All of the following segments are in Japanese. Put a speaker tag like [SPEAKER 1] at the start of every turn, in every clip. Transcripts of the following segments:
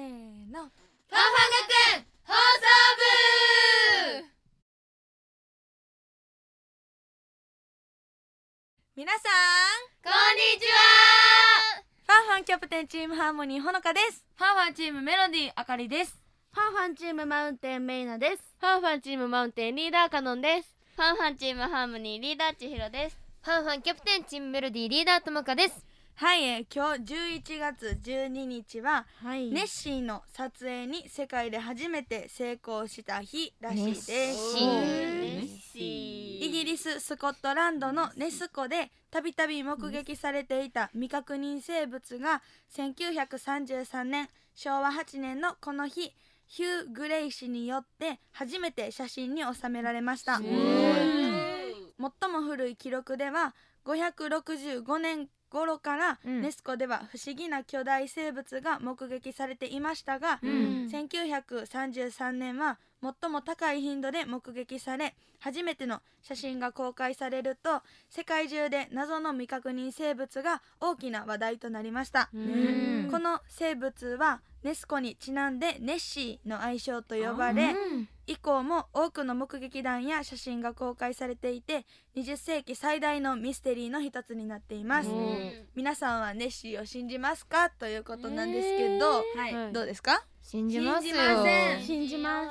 [SPEAKER 1] のファンフ
[SPEAKER 2] ファンファン学園放送部
[SPEAKER 1] 皆さん
[SPEAKER 2] こんにちは
[SPEAKER 1] ファンファンキャプテンチームハーモニーほのかです
[SPEAKER 3] ファンファンチームメロディーあかりです。
[SPEAKER 4] ファンファンチームマウンテンメイナです。
[SPEAKER 3] ファンファンチームマウンテンリーダーカノンです。
[SPEAKER 4] ファンファンチームハーモニーリーダーちひろです。
[SPEAKER 2] ファンファンキャプテンチームメロディーリーダーともかです
[SPEAKER 1] はい、えー今日11月12日は
[SPEAKER 4] はい
[SPEAKER 1] ネッシーの撮影に世界で初めて成功した日らしいです
[SPEAKER 2] シー
[SPEAKER 4] ネッ
[SPEAKER 3] シ
[SPEAKER 1] イギリススコットランドのネス湖でたびたび目撃されていた未確認生物が1933年昭和8年のこの日ヒュー・グレイ氏によって初めて写真に収められました最も古い記録では565年頃から
[SPEAKER 3] うん
[SPEAKER 1] ネス湖では不思議な巨大生物が目撃されていましたが、
[SPEAKER 3] うん
[SPEAKER 1] 1933年は最も高い頻度で目撃され初めての写真が公開されると世界中で謎の未確認生物が大きな話題となりました、
[SPEAKER 3] ん
[SPEAKER 1] この生物はネスコにちなんでネッシーの愛称と呼ばれ以降も多くの目撃談や写真が公開されていて20世紀最大のミステリーの一つになっています、
[SPEAKER 3] うん
[SPEAKER 1] 皆さんはネッシーを信じますかということなんですけど、
[SPEAKER 3] はい
[SPEAKER 1] どうですか
[SPEAKER 2] 信じ
[SPEAKER 3] ますよ
[SPEAKER 4] 信じます。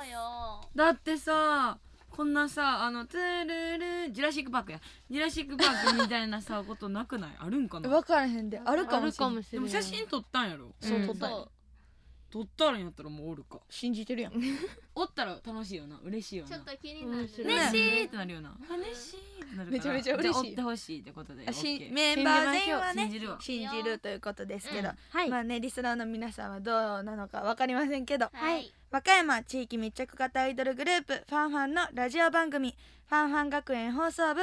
[SPEAKER 3] だってさ、こんなさ、あの、トゥルル、ジュラシックパークや。ジュラシックパークみたいな さ、ことなくないあるんかな
[SPEAKER 1] 分からへんであるかもしれない
[SPEAKER 3] でも写真撮ったんやろ
[SPEAKER 1] そう撮ったんや
[SPEAKER 4] そ
[SPEAKER 3] 撮ったらんやったらもうおるか。
[SPEAKER 1] 信じてるやん
[SPEAKER 3] おったら楽しいよな。嬉しいよ
[SPEAKER 4] う
[SPEAKER 3] な。
[SPEAKER 4] ちょっと気になる。
[SPEAKER 1] ね
[SPEAKER 3] 嬉しいってなるよな。嬉しいってなるから。
[SPEAKER 1] めちゃめちゃ嬉しい
[SPEAKER 3] じあ追ってほしいってことで。
[SPEAKER 1] あし
[SPEAKER 3] OK
[SPEAKER 1] メンバー全員は
[SPEAKER 3] 信
[SPEAKER 1] ね
[SPEAKER 3] じるわ。
[SPEAKER 1] 信じるということですけど、
[SPEAKER 4] はい
[SPEAKER 1] まあねリスナーの皆さんはどうなのか分かりませんけど、
[SPEAKER 4] はい
[SPEAKER 1] 和歌山地域密着型アイドルグループファンファンのラジオ番組「ファンファン学園放送部」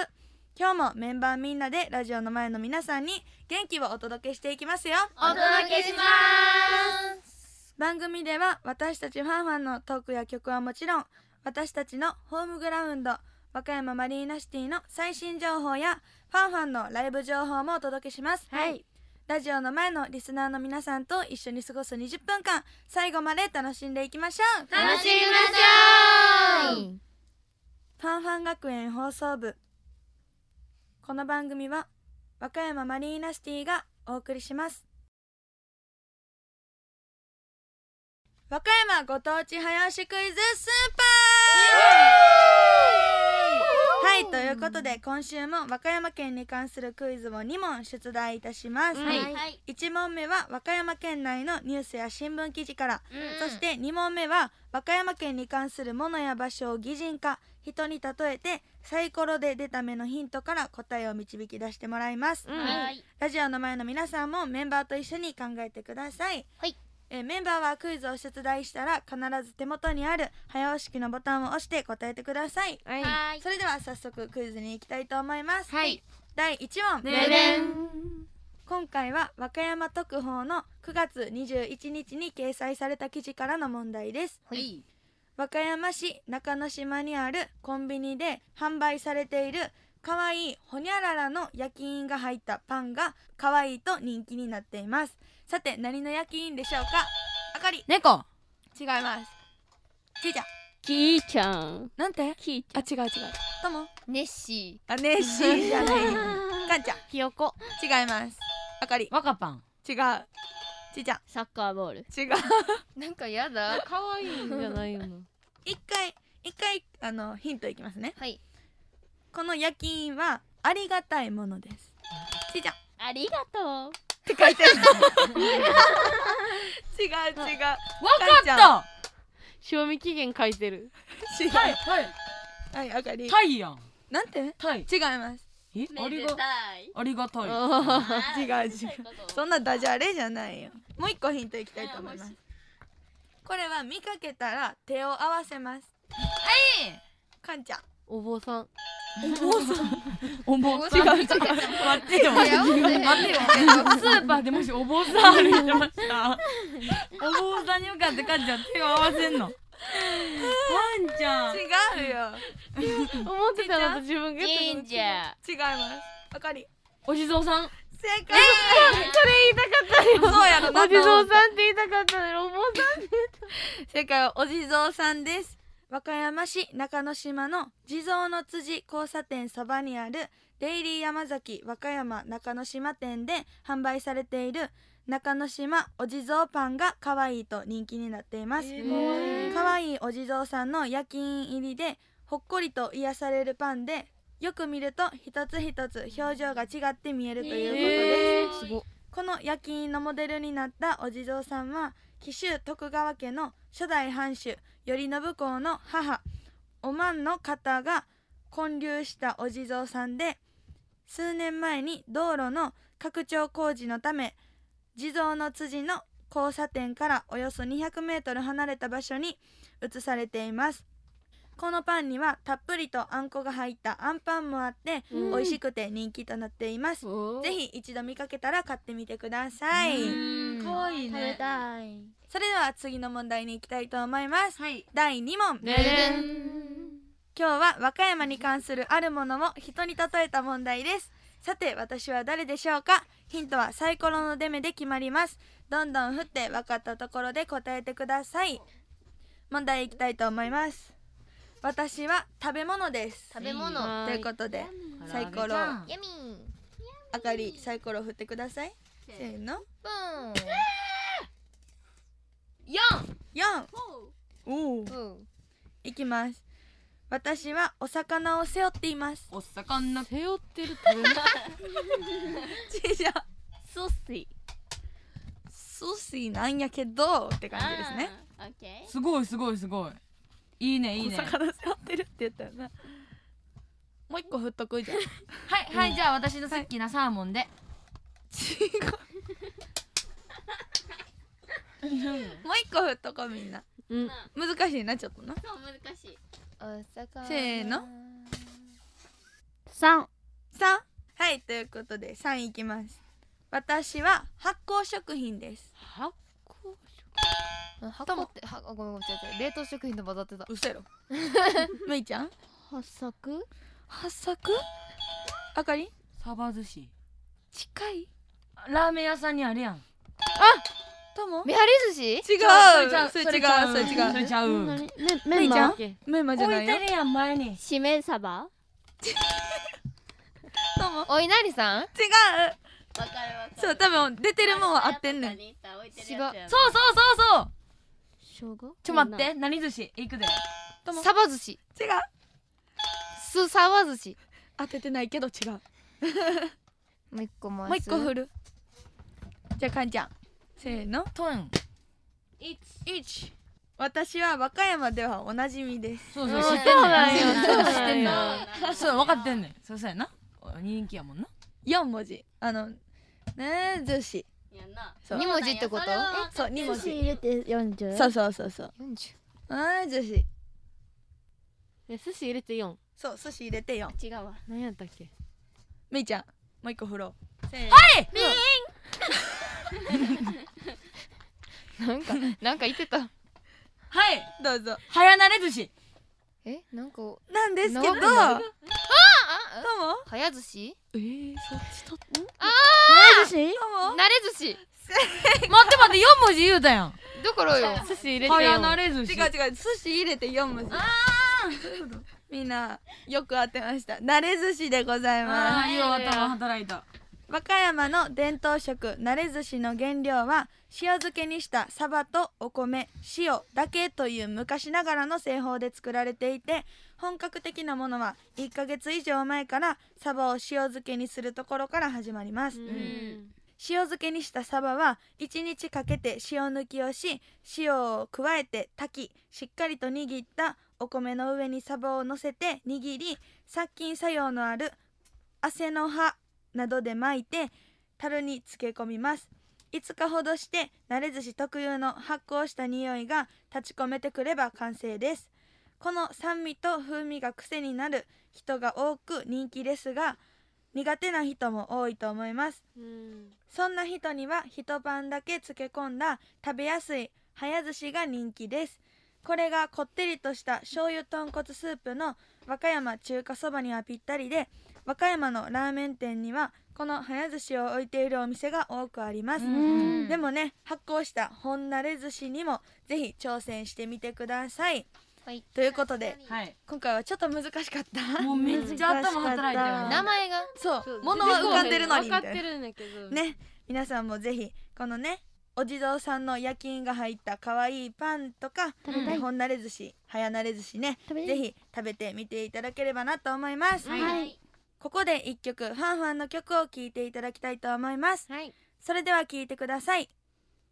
[SPEAKER 1] 今日もメンバーみんなでラジオの前の皆さんに元気をお届けしていきますよ
[SPEAKER 2] お届けします
[SPEAKER 1] 番組では私たちファンファンのトークや曲はもちろん私たちのホームグラウンド和歌山マリーナシティの最新情報やファンファンのライブ情報もお届けします、
[SPEAKER 4] はい
[SPEAKER 1] ラジオの前のリスナーの皆さんと一緒に過ごす20分間最後まで楽しんでいきましょう
[SPEAKER 2] 楽しみましょう
[SPEAKER 1] ファンファン学園放送部この番組は和歌山マリーナシティがお送りします和歌山ご当地早押しクイズスーパーはいということで今週も和歌山県に関するクイズを2問出題いたします、
[SPEAKER 3] はい
[SPEAKER 4] はい。
[SPEAKER 1] 1問目は和歌山県内のニュースや新聞記事から、
[SPEAKER 2] う
[SPEAKER 1] そ
[SPEAKER 2] ん
[SPEAKER 1] して2問目は和歌山県に関するものや場所を擬人化人に例えてサイコロで出た目のヒントから答えを導き出してもらいます、
[SPEAKER 2] はい
[SPEAKER 1] ラジオの前の皆さんもメンバーと一緒に考えてください、
[SPEAKER 2] はい
[SPEAKER 1] えーメンバーはクイズを出題したら必ず手元にある早押し機のボタンを押して答えてください、
[SPEAKER 4] は
[SPEAKER 2] はい
[SPEAKER 1] それでは早速クイズに行きたいと思います、
[SPEAKER 2] はい
[SPEAKER 1] 第1問、
[SPEAKER 3] ででん
[SPEAKER 1] 今回は和歌山特報の9月21日に掲載された記事からの問題です
[SPEAKER 3] はい。
[SPEAKER 1] 和歌山市中之島にあるコンビニで販売されている可愛いほにゃららの焼き印が入ったパンが可愛いと人気になっていますさて何の焼き印でしょうかあかり
[SPEAKER 3] 猫。
[SPEAKER 1] 違いますちいちゃん
[SPEAKER 4] キーちゃん。
[SPEAKER 1] なんて
[SPEAKER 4] キーち
[SPEAKER 1] あ違う違うとも
[SPEAKER 2] ネッシ
[SPEAKER 1] あねえしーじゃないかんちゃん
[SPEAKER 4] ん。ひよこ。
[SPEAKER 1] 違いますあかり
[SPEAKER 3] 若パン。
[SPEAKER 1] 違うちいちゃん
[SPEAKER 4] サッカーボール。
[SPEAKER 1] 違う
[SPEAKER 2] ーなんかやだ可愛い
[SPEAKER 4] じゃないの。
[SPEAKER 1] 一回一回あのヒントいきますね
[SPEAKER 2] はい
[SPEAKER 1] この夜勤はありがたいものですちいちゃんっ
[SPEAKER 4] ありがとう。
[SPEAKER 1] て書いてる違う違う
[SPEAKER 3] 若
[SPEAKER 1] かんちゃん
[SPEAKER 3] った。
[SPEAKER 4] 賞味期限書いてる。
[SPEAKER 1] 違う
[SPEAKER 3] タイ
[SPEAKER 1] は。
[SPEAKER 3] タイ。
[SPEAKER 1] い、あかり
[SPEAKER 3] タイやん。
[SPEAKER 1] なんて違い
[SPEAKER 3] タイ。
[SPEAKER 1] ます
[SPEAKER 3] え、ありが。
[SPEAKER 4] い。
[SPEAKER 3] ありがたい。
[SPEAKER 1] 違う違うそんなダジャレじゃないよもう一個ヒントいきたいと思いますこれは見かけたら手を合わせますはいかんちゃん
[SPEAKER 4] お坊さん。
[SPEAKER 3] お坊さん。違う違う。待ってよ。
[SPEAKER 2] い
[SPEAKER 3] 待
[SPEAKER 2] やお坊さん
[SPEAKER 3] ってよ。スーパーでもしお坊さん歩いてました。お坊さんに向かってかんちゃん手を合わせんの。かんちゃん。
[SPEAKER 1] 違うよ
[SPEAKER 4] 思ってたのと自分がやったのと
[SPEAKER 1] 違
[SPEAKER 4] 違う。
[SPEAKER 1] いますあかり
[SPEAKER 3] お地蔵さん。
[SPEAKER 1] 正解、それ言いたかったよそうやろな
[SPEAKER 4] お地蔵
[SPEAKER 1] と思
[SPEAKER 4] さん
[SPEAKER 1] っ
[SPEAKER 4] って言いたかったのにお坊さんって言った。
[SPEAKER 1] 正解はお地蔵さんです和歌山市中之島の地蔵の辻交差点そばにあるデイリー山崎和歌山中之島店で販売されている中之島お地蔵パンが可愛いと人気になっています、
[SPEAKER 3] え
[SPEAKER 4] ー
[SPEAKER 1] 可愛いお地蔵さんの夜勤入りでほっこりと癒されるパンでよく見ると一つ一つ表情が違って見えるということです、
[SPEAKER 4] えー、すごっ
[SPEAKER 1] この夜勤のモデルになったお地蔵さんは紀州徳川家の初代藩主頼信公の母おまんの方が建立したお地蔵さんで数年前に道路の拡張工事のため地蔵の辻の交差点からおよそ200メートル離れた場所に移されていますこのパンにはたっぷりとあんこが入ったあんパンもあって、
[SPEAKER 4] うん
[SPEAKER 1] 美味しくて人気となっていますぜひ一度見かけたら買ってみてください。
[SPEAKER 3] かわいい
[SPEAKER 2] 食べ
[SPEAKER 3] ね
[SPEAKER 2] たい
[SPEAKER 1] それでは次の問題に行きたいと思います。
[SPEAKER 3] はい
[SPEAKER 1] 第2問。
[SPEAKER 4] ね
[SPEAKER 1] 今日は和歌山に関するあるものを人に例えた問題です。さて私は誰でしょうかヒントはサイコロの出目で決まります。どんどん振って分かったところで答えてください。問題行きたいと思います。私は食べ物です。
[SPEAKER 2] 食べ物
[SPEAKER 4] は
[SPEAKER 1] と
[SPEAKER 4] ー
[SPEAKER 1] い
[SPEAKER 4] いう
[SPEAKER 1] ことでサイコロ
[SPEAKER 2] ヤミー
[SPEAKER 1] あかりサイコロ振ってください。せーの。
[SPEAKER 2] ブーン
[SPEAKER 1] 4! おお。
[SPEAKER 2] ブーン
[SPEAKER 1] いきます。私はお魚を背負っています。
[SPEAKER 3] お魚
[SPEAKER 4] 背負ってる食べ物
[SPEAKER 1] ちじゃ
[SPEAKER 4] ソースイ
[SPEAKER 1] 寿司なんやけどって感じですね。
[SPEAKER 2] オッケ
[SPEAKER 3] すごいすごいすごいいいねいいね
[SPEAKER 1] お魚背負ってるって言ったよな。もう一個振っとく じゃん。違う。
[SPEAKER 3] はいはいじゃあ私のさっきなサーモンで
[SPEAKER 1] もう一個振っとこうみんな。
[SPEAKER 4] うん
[SPEAKER 1] 難しいなちょっとな。
[SPEAKER 2] そう難しいお魚
[SPEAKER 1] せーの
[SPEAKER 4] 三
[SPEAKER 1] 三はいということで三いきます。私は発酵食品です。
[SPEAKER 4] 発酵
[SPEAKER 2] 箱ってはあごめんごめん違う違う冷凍食品と混ざってた
[SPEAKER 1] うせろ。 むいちゃん。
[SPEAKER 4] 発作
[SPEAKER 1] 発作？あかり？
[SPEAKER 3] サバ寿司
[SPEAKER 1] 近い？
[SPEAKER 3] ラーメン屋さんにあるやん
[SPEAKER 1] とも？違う。
[SPEAKER 2] めはり寿司
[SPEAKER 1] それ違う。それ違う。
[SPEAKER 3] それちゃう
[SPEAKER 4] 何
[SPEAKER 3] 置
[SPEAKER 4] ねメンマだっけ
[SPEAKER 1] メンマじゃない
[SPEAKER 3] い
[SPEAKER 1] よ
[SPEAKER 3] て。るやん前に
[SPEAKER 2] しめんサバ
[SPEAKER 1] とも。
[SPEAKER 2] お稲荷さ
[SPEAKER 1] 違
[SPEAKER 2] ん
[SPEAKER 1] う。
[SPEAKER 5] わかるわかる。
[SPEAKER 1] そう多分出てるもんは合ってんねん。
[SPEAKER 5] 違う。
[SPEAKER 3] そうそうそうそう
[SPEAKER 4] 生姜
[SPEAKER 3] ちょ待って何寿司行くで
[SPEAKER 2] サバ寿司
[SPEAKER 1] 違う。
[SPEAKER 2] すサバ寿司
[SPEAKER 1] 当ててないけど違う。も
[SPEAKER 2] もう一個も
[SPEAKER 1] う一個振る。じゃあかんちゃん。せーの。
[SPEAKER 3] トン
[SPEAKER 1] 一。私は和歌山ではおなじみです。
[SPEAKER 3] そうそう知ってんねん
[SPEAKER 4] そうなんよ
[SPEAKER 3] 知ってんね
[SPEAKER 5] そうなん
[SPEAKER 3] ん
[SPEAKER 5] だ
[SPEAKER 3] そう分かってんねんそうそうやな人気やもんな
[SPEAKER 1] 四文字。あのねえ寿司。
[SPEAKER 5] やんな
[SPEAKER 1] そう
[SPEAKER 2] 二。文字ってこと
[SPEAKER 5] それは
[SPEAKER 1] そう二文字。
[SPEAKER 5] 入れて四十
[SPEAKER 1] そうそうそうそう。
[SPEAKER 2] 四十
[SPEAKER 1] あー寿司。
[SPEAKER 4] え寿司入れて四
[SPEAKER 1] そう寿司入れてよ。
[SPEAKER 5] 違うわ。
[SPEAKER 4] 何やったっけ
[SPEAKER 1] みーちゃんもう一個振ろう。せーの。
[SPEAKER 2] なんかなんか言って た
[SPEAKER 3] はい
[SPEAKER 1] どうぞ。
[SPEAKER 3] 早なれ寿司
[SPEAKER 2] えなんかあ
[SPEAKER 1] なんですけど。と
[SPEAKER 2] な
[SPEAKER 1] も。
[SPEAKER 2] わ早寿司
[SPEAKER 1] えー、そっちと。と
[SPEAKER 5] 何寿司？
[SPEAKER 1] も。
[SPEAKER 2] なれ寿司
[SPEAKER 3] 待って待って四文字言うたやん
[SPEAKER 2] どころ よ
[SPEAKER 4] 寿司入れて
[SPEAKER 3] 早な
[SPEAKER 4] 四
[SPEAKER 3] れ寿司
[SPEAKER 1] 違う違う寿司入れて4文字あみんなよく当てました慣れ寿司でございます
[SPEAKER 3] あーいいよ頭働いた
[SPEAKER 1] 和歌山の伝統食慣れ寿司の原料は塩漬けにしたサバとお米塩だけという昔ながらの製法で作られていて本格的なものは1ヶ月以上前からサバを塩漬けにするところから始まります、
[SPEAKER 4] うん
[SPEAKER 1] 塩漬けにしたサバは1日かけて塩抜きをし塩を加えて炊きしっかりと握ったお米の上にサバを乗せて握り殺菌作用のある汗の葉などで巻いて樽に漬け込みます5日ほどして慣れ寿司特有の発酵した匂いが立ち込めてくれば完成ですこの酸味と風味が癖になる人が多く人気ですが苦手な人も多いと思います
[SPEAKER 4] うん
[SPEAKER 1] そんな人には一晩だけ漬け込んだ食べやすい早寿司が人気ですこれがこってりとした醤油豚骨スープの和歌山中華そばにはぴったりで和歌山のラーメン店にはこの早寿司を置いているお店が多くあります、
[SPEAKER 3] うん
[SPEAKER 1] でもね発酵した本慣れ寿司にもぜひ挑戦してみてください
[SPEAKER 2] はい
[SPEAKER 1] ということで
[SPEAKER 3] はい
[SPEAKER 1] 今回はちょっと難しかった
[SPEAKER 3] もうめっちゃ頭働いた よね
[SPEAKER 2] 名前が
[SPEAKER 1] そう
[SPEAKER 4] そう
[SPEAKER 1] 物は浮かんでるのにみた
[SPEAKER 4] 分
[SPEAKER 1] い
[SPEAKER 4] か
[SPEAKER 1] な
[SPEAKER 4] ってるんだけど
[SPEAKER 1] ね皆さんもぜひこのねお地蔵さんの焼き印が入った可愛いパンとか
[SPEAKER 5] 食べたい
[SPEAKER 1] 日本慣れ寿司早慣れ寿司ね
[SPEAKER 5] 食べた
[SPEAKER 1] ぜ
[SPEAKER 5] い
[SPEAKER 1] ひ食べてみていただければなと思います、
[SPEAKER 5] はい
[SPEAKER 1] ここで一曲ファンファンの曲を聴いていただきたいと思います
[SPEAKER 4] はい
[SPEAKER 1] それでは聴いてください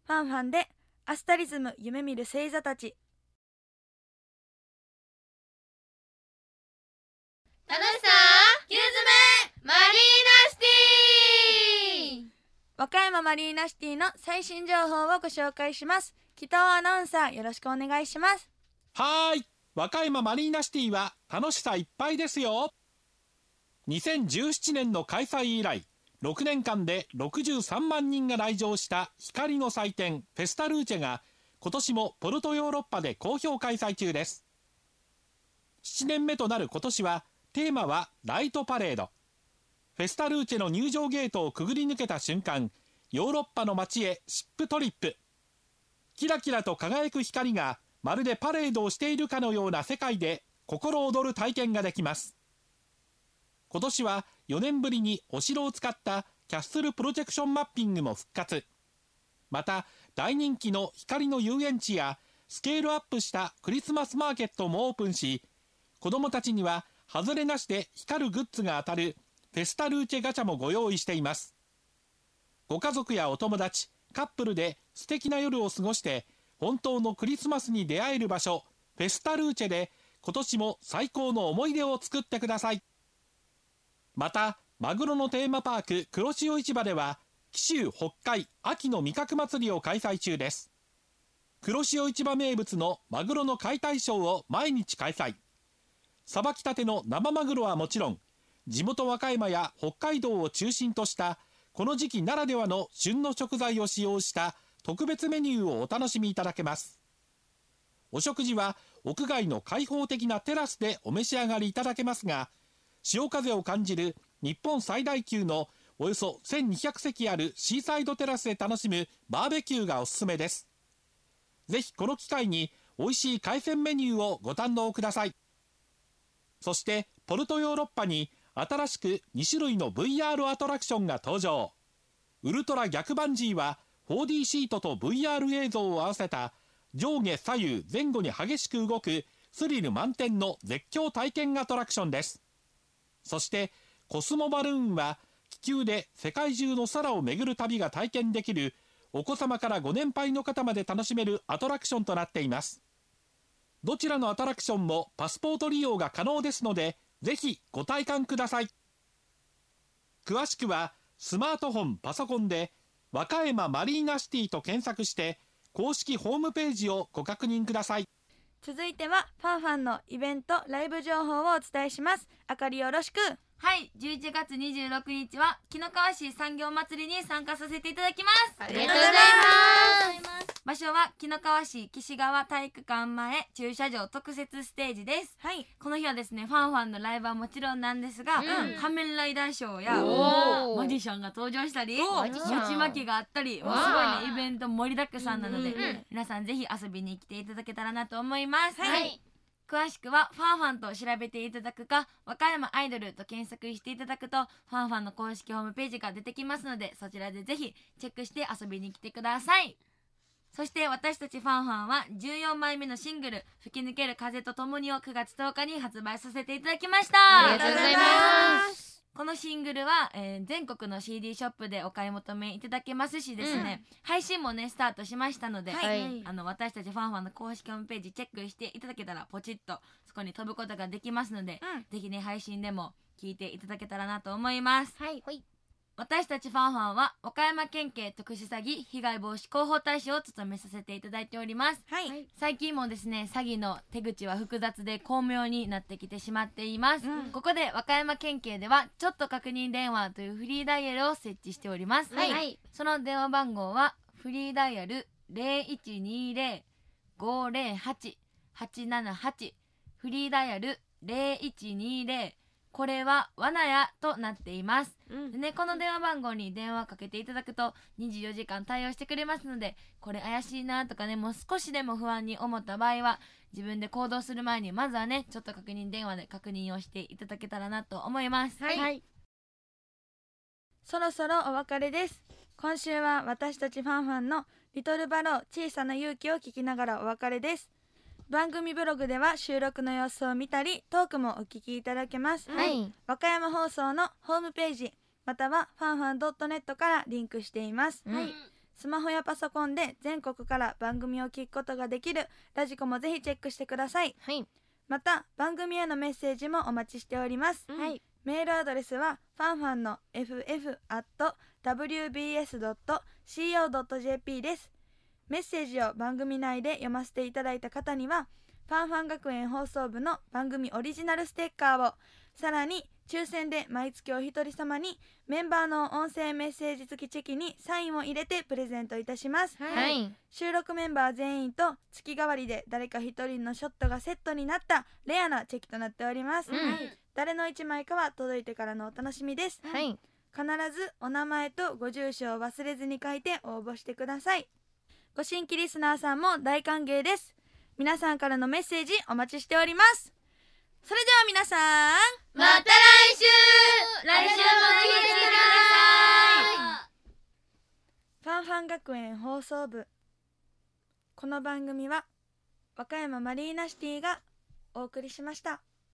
[SPEAKER 1] ファンファンでアスタリズム夢見る星座たち
[SPEAKER 2] 楽しさゆずめマリーナシティ
[SPEAKER 1] 和歌山マリーナシティの最新情報をご紹介します北尾アナウンサーよろしくお願いします
[SPEAKER 6] はーい和歌山マリーナシティは楽しさいっぱいですよ2017年の開催以来6年間で63万人が来場した光の祭典フェスタルーチェが今年もポルトヨーロッパで好評開催中です7年目となる今年はテーマはライトパレードフェスタルーチェの入場ゲートをくぐり抜けた瞬間ヨーロッパの街へシップトリップキラキラと輝く光がまるでパレードをしているかのような世界で心躍る体験ができます今年は4年ぶりにお城を使ったキャッスルプロジェクションマッピングも復活また大人気の光の遊園地やスケールアップしたクリスマスマーケットもオープンし子どもたちにはハズレなしで光るグッズが当たるフェスタルーチェガチャもご用意していますご家族やお友達カップルで素敵な夜を過ごして本当のクリスマスに出会える場所フェスタルーチェで今年も最高の思い出を作ってくださいまたマグロのテーマパーク黒潮市場では紀州北海秋の味覚祭りを開催中です黒潮市場名物のマグロの解体ショーを毎日開催さばきたての生マグロはもちろん地元和歌山や北海道を中心としたこの時期ならではの旬の食材を使用した特別メニューをお楽しみいただけますお食事は屋外の開放的なテラスでお召し上がりいただけますが潮風を感じる日本最大級のおよそ1200席あるシーサイドテラスで楽しむバーベキューがおすすめですぜひこの機会に美味しい海鮮メニューをご堪能くださいそしてポルトヨーロッパに新しく2種類の VR アトラクションが登場ウルトラ逆バンジーは 4D シートと VR 映像を合わせた上下左右前後に激しく動くスリル満点の絶叫体験アトラクションですそしてコスモバルーンは気球で世界中の空を巡る旅が体験できるお子様からご年配の方まで楽しめるアトラクションとなっていますどちらのアトラクションもパスポート利用が可能ですので、ぜひご体感ください。詳しくは、スマートフォン、パソコンで、和歌山マリーナシティと検索して、公式ホームページをご確認ください。
[SPEAKER 1] 続いてはファンファンのイベントライブ情報をお伝えしますあかりよろしく
[SPEAKER 3] はい11月26日は紀の川市産業祭りに参加させていただきますあ
[SPEAKER 2] ありが
[SPEAKER 1] とうご
[SPEAKER 2] とうご
[SPEAKER 1] ざ
[SPEAKER 2] ざ
[SPEAKER 1] い
[SPEAKER 2] います
[SPEAKER 3] 場所は紀の川市岸川体育館前駐車場特設ステージです
[SPEAKER 1] はい
[SPEAKER 3] この日はですねファンファンのライブはもちろんなんですが、
[SPEAKER 2] うん
[SPEAKER 3] 仮面ライダーショーや
[SPEAKER 2] おー
[SPEAKER 3] マジシャンが登場したり
[SPEAKER 1] おー
[SPEAKER 3] 餅巻きがあったりもうす
[SPEAKER 2] わ
[SPEAKER 3] ごい
[SPEAKER 2] ー
[SPEAKER 3] ねイベント盛りだくさんなので、
[SPEAKER 1] うん
[SPEAKER 3] 皆さんぜひ遊びに来ていただけたらなと思います、
[SPEAKER 2] はい
[SPEAKER 3] 詳しくはファンファンと調べていただくか和歌山アイドルと検索していただくとファンファンの公式ホームページが出てきますのでそちらでぜひチェックして遊びに来てくださいそして私たちファンファンは14枚目のシングル「吹き抜ける風と共に」を9月10日に発売させていただきました
[SPEAKER 2] ありがとうございます
[SPEAKER 3] このシングルは、えー全国の CD ショップでお買い求めいただけますしですね、配信もねスタートしましたので、
[SPEAKER 1] はい
[SPEAKER 3] あの私たちファンファンの公式ホームページチェックしていただけたらポチッとそこに飛ぶことができますので、
[SPEAKER 1] うん
[SPEAKER 3] ぜひね配信でも聞いていただけたらなと思います
[SPEAKER 2] はいはい
[SPEAKER 3] 私たちファンファンは岡山県警特殊詐欺被害防止広報大使を務めさせていただいております
[SPEAKER 1] はい、
[SPEAKER 2] はい
[SPEAKER 3] 最近もですね詐欺の手口は複雑で巧妙になってきてしまっています、
[SPEAKER 1] うん
[SPEAKER 3] ここで和歌山県警ではちょっと確認電話というフリーダイヤルを設置しております、
[SPEAKER 2] はい
[SPEAKER 3] その電話番号はフリーダイヤル0120-508-878フリーダイヤル0120-508-878これは罠やとなっています
[SPEAKER 4] うん
[SPEAKER 3] でねこの電話番号に電話かけていただくと24時間対応してくれますのでこれ怪しいなとかねもう少しでも不安に思った場合は自分で行動する前にまずはねちょっと確認電話で確認をしていただけたらなと思います
[SPEAKER 2] はい
[SPEAKER 5] はい
[SPEAKER 1] そろそろお別れです今週は私たちファンファンのリトルバロー小さな勇気を聞きながらお別れです番組ブログでは収録の様子を見たりトークもお聞きいただけます、
[SPEAKER 5] はい
[SPEAKER 1] 和歌山放送のホームページまたはファンファン .net からリンクしています、
[SPEAKER 3] はい
[SPEAKER 1] スマホやパソコンで全国から番組を聞くことができるラジコもぜひチェックしてください
[SPEAKER 5] はい
[SPEAKER 1] また番組へのメッセージもお待ちしております、
[SPEAKER 5] はい
[SPEAKER 1] メールアドレスはファンファンの ff.wbs.co.jp ですメッセージを番組内で読ませていただいた方にはファンファン学園放送部の番組オリジナルステッカーをさらに抽選で毎月お一人様にメンバーの音声メッセージ付きチェキにサインを入れてプレゼントいたします、
[SPEAKER 5] はい
[SPEAKER 1] 収録メンバー全員と月替わりで誰か一人のショットがセットになったレアなチェキとなっております、
[SPEAKER 5] うん
[SPEAKER 1] 誰の1枚かは届いてからのお楽しみです、
[SPEAKER 5] はい
[SPEAKER 1] 必ずお名前とご住所を忘れずに書いて応募してくださいご新規リスナーさんも大歓迎です皆さんからのメッセージお待ちしておりますそれでは皆さん
[SPEAKER 2] また来週来週も聞いてく
[SPEAKER 1] フ
[SPEAKER 2] ださい
[SPEAKER 1] ァンファン学園放送部この番組は和歌山マリーナシティがお送りしました